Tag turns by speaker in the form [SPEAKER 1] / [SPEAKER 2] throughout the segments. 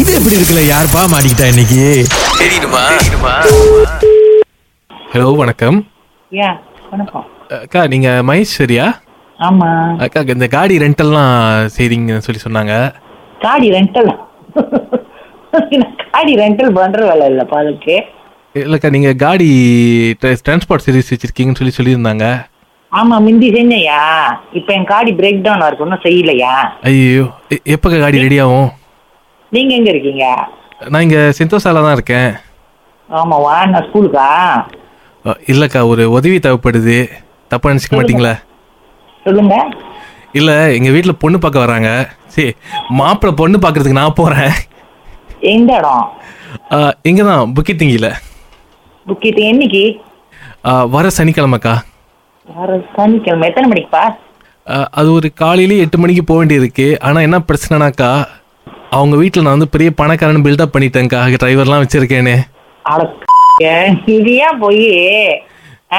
[SPEAKER 1] இது எப்படி இருக்குல்ல யாருப்பா மாட்டிக்கிட்டா இன்னைக்கு
[SPEAKER 2] ஹலோ வணக்கம்
[SPEAKER 3] யா வணக்கம்
[SPEAKER 2] அக்கா நீங்க மகேஸ்வரியா
[SPEAKER 3] ஆமா
[SPEAKER 2] அக்கா இந்த காடி ரெண்டல்லாம் செய்றீங்கன்னு சொல்லி சொன்னாங்க
[SPEAKER 3] காடி ரெண்டல் காடி ரெண்டல் பண்ற வேலை இல்லப்பா அதுக்கு
[SPEAKER 2] இல்லக்கா நீங்க காடி டிரான்ஸ்போர்ட் சர்வீஸ் வச்சிருக்கீங்கன்னு சொல்லி சொல்லியிருந்தாங்க
[SPEAKER 3] ஆமா முந்தி செஞ்சையா இப்ப என் காடி பிரேக் டவுன் இருக்கு ஒன்றும் செய்யலையா
[SPEAKER 2] ஐயோ எப்பக்கா காடி ரெடி ஆகும்
[SPEAKER 3] நீங்க எங்க இருக்கீங்க
[SPEAKER 2] நான் இங்க செந்தோசால தான் இருக்கேன்
[SPEAKER 3] ஆமாவா நான் ஸ்கூலுக்கா
[SPEAKER 2] அ, இல்லக்கா ஒரு உதவி தேவைப்படுது தப்பா நினைச்சுக்க மாட்டீங்களா
[SPEAKER 3] சொல்லுங்க
[SPEAKER 2] இல்ல எங்க வீட்டுல பொண்ணு பார்க்க வராங்க சரி மாப்பிள்ளை பொண்ணு பார்க்கறதுக்கு நான் போறேன்
[SPEAKER 3] எந்த இடம்
[SPEAKER 2] அ, இங்கதான் புக்கித்திங்கில
[SPEAKER 3] புக்கிட்டு என்னைக்கு
[SPEAKER 2] அ, வர சனிக்கிழமைக்கா
[SPEAKER 3] வர சனிக்கிழமை எத்தனை மணிக்குப்பா
[SPEAKER 2] அஹ் அது ஒரு காலையிலே எட்டு மணிக்கு போக வேண்டியிருக்கு ஆனால் என்ன பிரச்சனைனாக்கா அவங்க வீட்டில் நான் வந்து பெரிய பணக்காரன் பில்டப் பண்ணிட்டேன்க்கா டிரைவர்லாம் வச்சுருக்கேனே
[SPEAKER 3] அட இது ஏன் போய்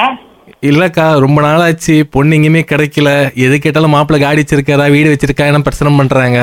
[SPEAKER 3] ஆ?
[SPEAKER 2] இல்லைக்கா ரொம்ப நாளாச்சு பொண்ணு எங்கேயுமே கிடைக்கல எது கேட்டாலும் மாப்பிள்ளை காடி வச்சிருக்காரா வீடு வச்சிருக்கா என்ன பிரச்சனை பண்ணுறாங்க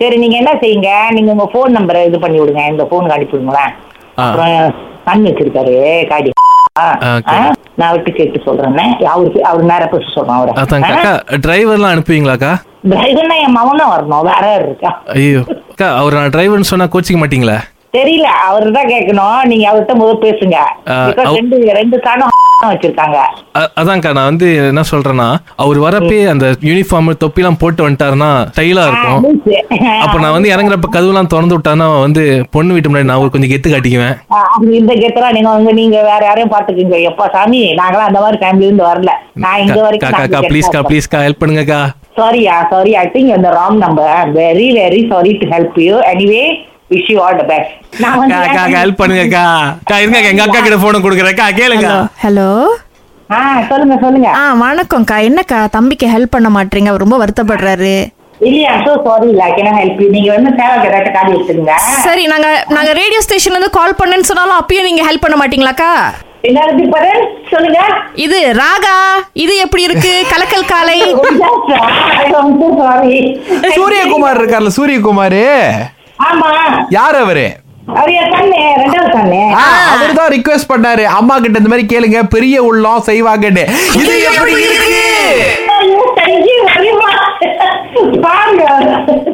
[SPEAKER 3] சரி நீங்க என்ன செய்யுங்க நீங்க உங்க ஃபோன் நம்பரை இது பண்ணி விடுங்க இந்த ஃபோனுக்கு அனுப்பிடுங்களேன்
[SPEAKER 2] ஆ
[SPEAKER 3] அப்புறம் கண் வச்சிருக்காரு காடி ஆ,
[SPEAKER 2] ஓகே.
[SPEAKER 3] ஆ, நான் விட்டு கேட்டு சொல்றேன் அவருக்கு அவர் நேர பேச சொல்றேன்
[SPEAKER 2] அதான்க்கா
[SPEAKER 3] அவரை
[SPEAKER 2] அக்கா டிரைவர்லாம் அனுப்புவீங்களாக்கா
[SPEAKER 3] டிரைவர்னா என் மவனும் வரணும் வேற யார் இருக்கா
[SPEAKER 2] ஐயோ அக்கா அவர் நான் டிரைவர்னு சொன்னால் கோச்சிக்க மாட்டீங்களா
[SPEAKER 3] தெரியல அவர்தான் கேட்கணும் நீங்க அவர்கிட்ட முதல்ல பேசுங்க
[SPEAKER 2] ஆ,
[SPEAKER 3] Because
[SPEAKER 2] அவ-
[SPEAKER 3] ரெண்டு ரெண்டு காணும் வச்சிருக்காங்க
[SPEAKER 2] அ- அதான்க்கா நான் வந்து என்ன சொல்கிறேன்னா அவர் வரப்பே அந்த யூனிஃபார்ம் தொப்பிலாம் போட்டு வந்துட்டாருன்னா ஸ்டைலாக
[SPEAKER 3] ஆ,
[SPEAKER 2] இருக்கும்
[SPEAKER 3] லூசு.
[SPEAKER 2] அப்ப நான் வந்து இறங்குறப்ப கதவுலாம் திறந்து விட்டான்னா வந்து பொண்ணு வீட்டு முன்னாடி நான் ஒரு கொஞ்சம் கெத்து காட்டிக்குவேன்
[SPEAKER 3] ஆ, அப்படி இந்த கெத்தரா நீங்க வந்து நீங்க வேற யாரையும் பாத்துக்கீங்க எப்பா சாமி நாங்களாம் அந்த மாதிரி ஃபேமிலில இருந்து வரல நான் இங்க
[SPEAKER 2] கா
[SPEAKER 3] வரைக்கும்
[SPEAKER 2] கா கா ப்ளீஸ்க்கா ப்ளீஸ்க்கா ஹெல்ப் பண்ணுங்கக்கா
[SPEAKER 3] சாரியா சாரி ஐ திங்க் இந்த wrong number very very sorry to help you anyway wish you all the best நான்
[SPEAKER 2] கா கா
[SPEAKER 3] வந்து
[SPEAKER 2] ஹெல்ப் பண்ணுங்கக்கா அக்கா இருங்கக்கா எங்க அக்கா கிட்ட போன கொடுக்குறேக்கா கேளுங்க
[SPEAKER 4] ஹலோ
[SPEAKER 3] ஆ சொல்லுங்க சொல்லுங்க
[SPEAKER 4] ஆ வணக்கம்க்கா என்னக்கா தம்பிக்கு ஹெல்ப் பண்ண மாட்டீங்க அவர் ரொம்ப வருத்தப்படுறாரு
[SPEAKER 3] இல்லையா சோ சாரி இல்ல கேனா ஹெல்ப் நீங்க வந்து சேவை கேட்ட காடி எடுத்துங்க
[SPEAKER 4] சரி நாங்க நாங்க ரேடியோ ஸ்டேஷன்ல இருந்து கால் பண்ணேன்னு சொன்னாலும் அப்பயும் நீங்க ஹெல்ப் பண்ண மாட்டீங்களாக்கா
[SPEAKER 3] என்னது பரேன் சொல்லுங்க
[SPEAKER 4] இது ராகா இது எப்படி இருக்கு கலக்கல் காலை
[SPEAKER 3] சாரி
[SPEAKER 5] சூரியகுமார் இருக்கார்ல சூரியகுமார்
[SPEAKER 3] ஆமா
[SPEAKER 5] யார் அவரு
[SPEAKER 3] அவர் என் கண்ணு ரெண்டாவது கண்ணு
[SPEAKER 5] அவர் தான் ரிக்வெஸ்ட் பண்ணாரு அம்மா கிட்ட இந்த மாதிரி கேளுங்க பெரிய உள்ளம் செய்வாங்கன்னு இது எப்படி இருக்கு
[SPEAKER 3] ஐயோ, thank you very much. பாருங்க